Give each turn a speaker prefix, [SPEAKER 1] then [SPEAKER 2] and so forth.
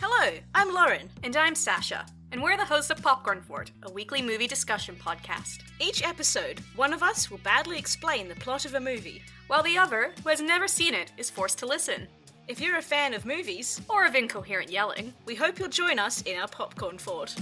[SPEAKER 1] Hello, I'm Lauren. And I'm Sasha. And we're the hosts of Popcorn Fort, a weekly movie discussion podcast. Each episode, one of us will badly explain the plot of a movie, while the other, who has never seen it, is forced to listen. If you're a fan of movies, or of incoherent yelling, we hope you'll join us in our Popcorn Fort.